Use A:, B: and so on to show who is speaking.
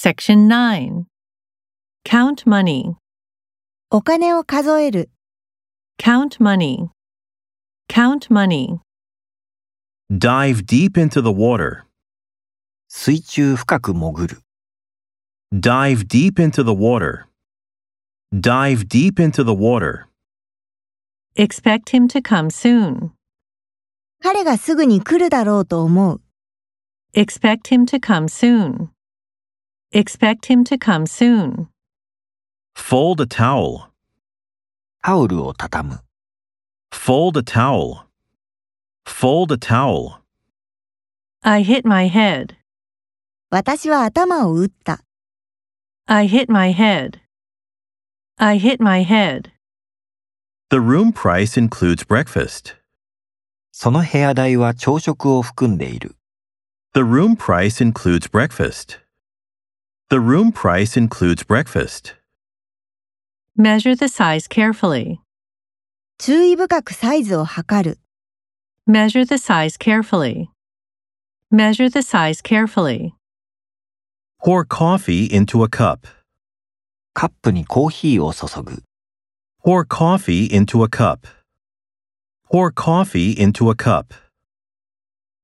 A: Section 9 Count money,
B: お金を数える、
A: count money, count money.
C: Dive deep into the water.
D: 水中深く潜る。
C: Dive deep into the water. Dive deep into the water.
A: Expect him to come soon.
B: 彼がすぐに来るだろうと思う、
A: Expect him to come soon. Expect him to come soon.
C: Fold a towel.
D: タオルを畳む。
C: Fold a towel. Fold a towel.
A: I hit my head.
B: 私は頭を打った、
A: I hit my head. I hit my head.
C: The room price includes breakfast.
D: その部屋代は朝食を含んでいる。
C: The room price includes breakfast. The room price includes breakfast.
A: Measure the size carefully.
B: 注意深くサイズを測る、
A: Measure the size carefully. Measure the size carefully.
C: Pour coffee into a cup.
D: カップにコーヒーを注ぐ。
C: Pour coffee into a cup. Pour coffee into a cup.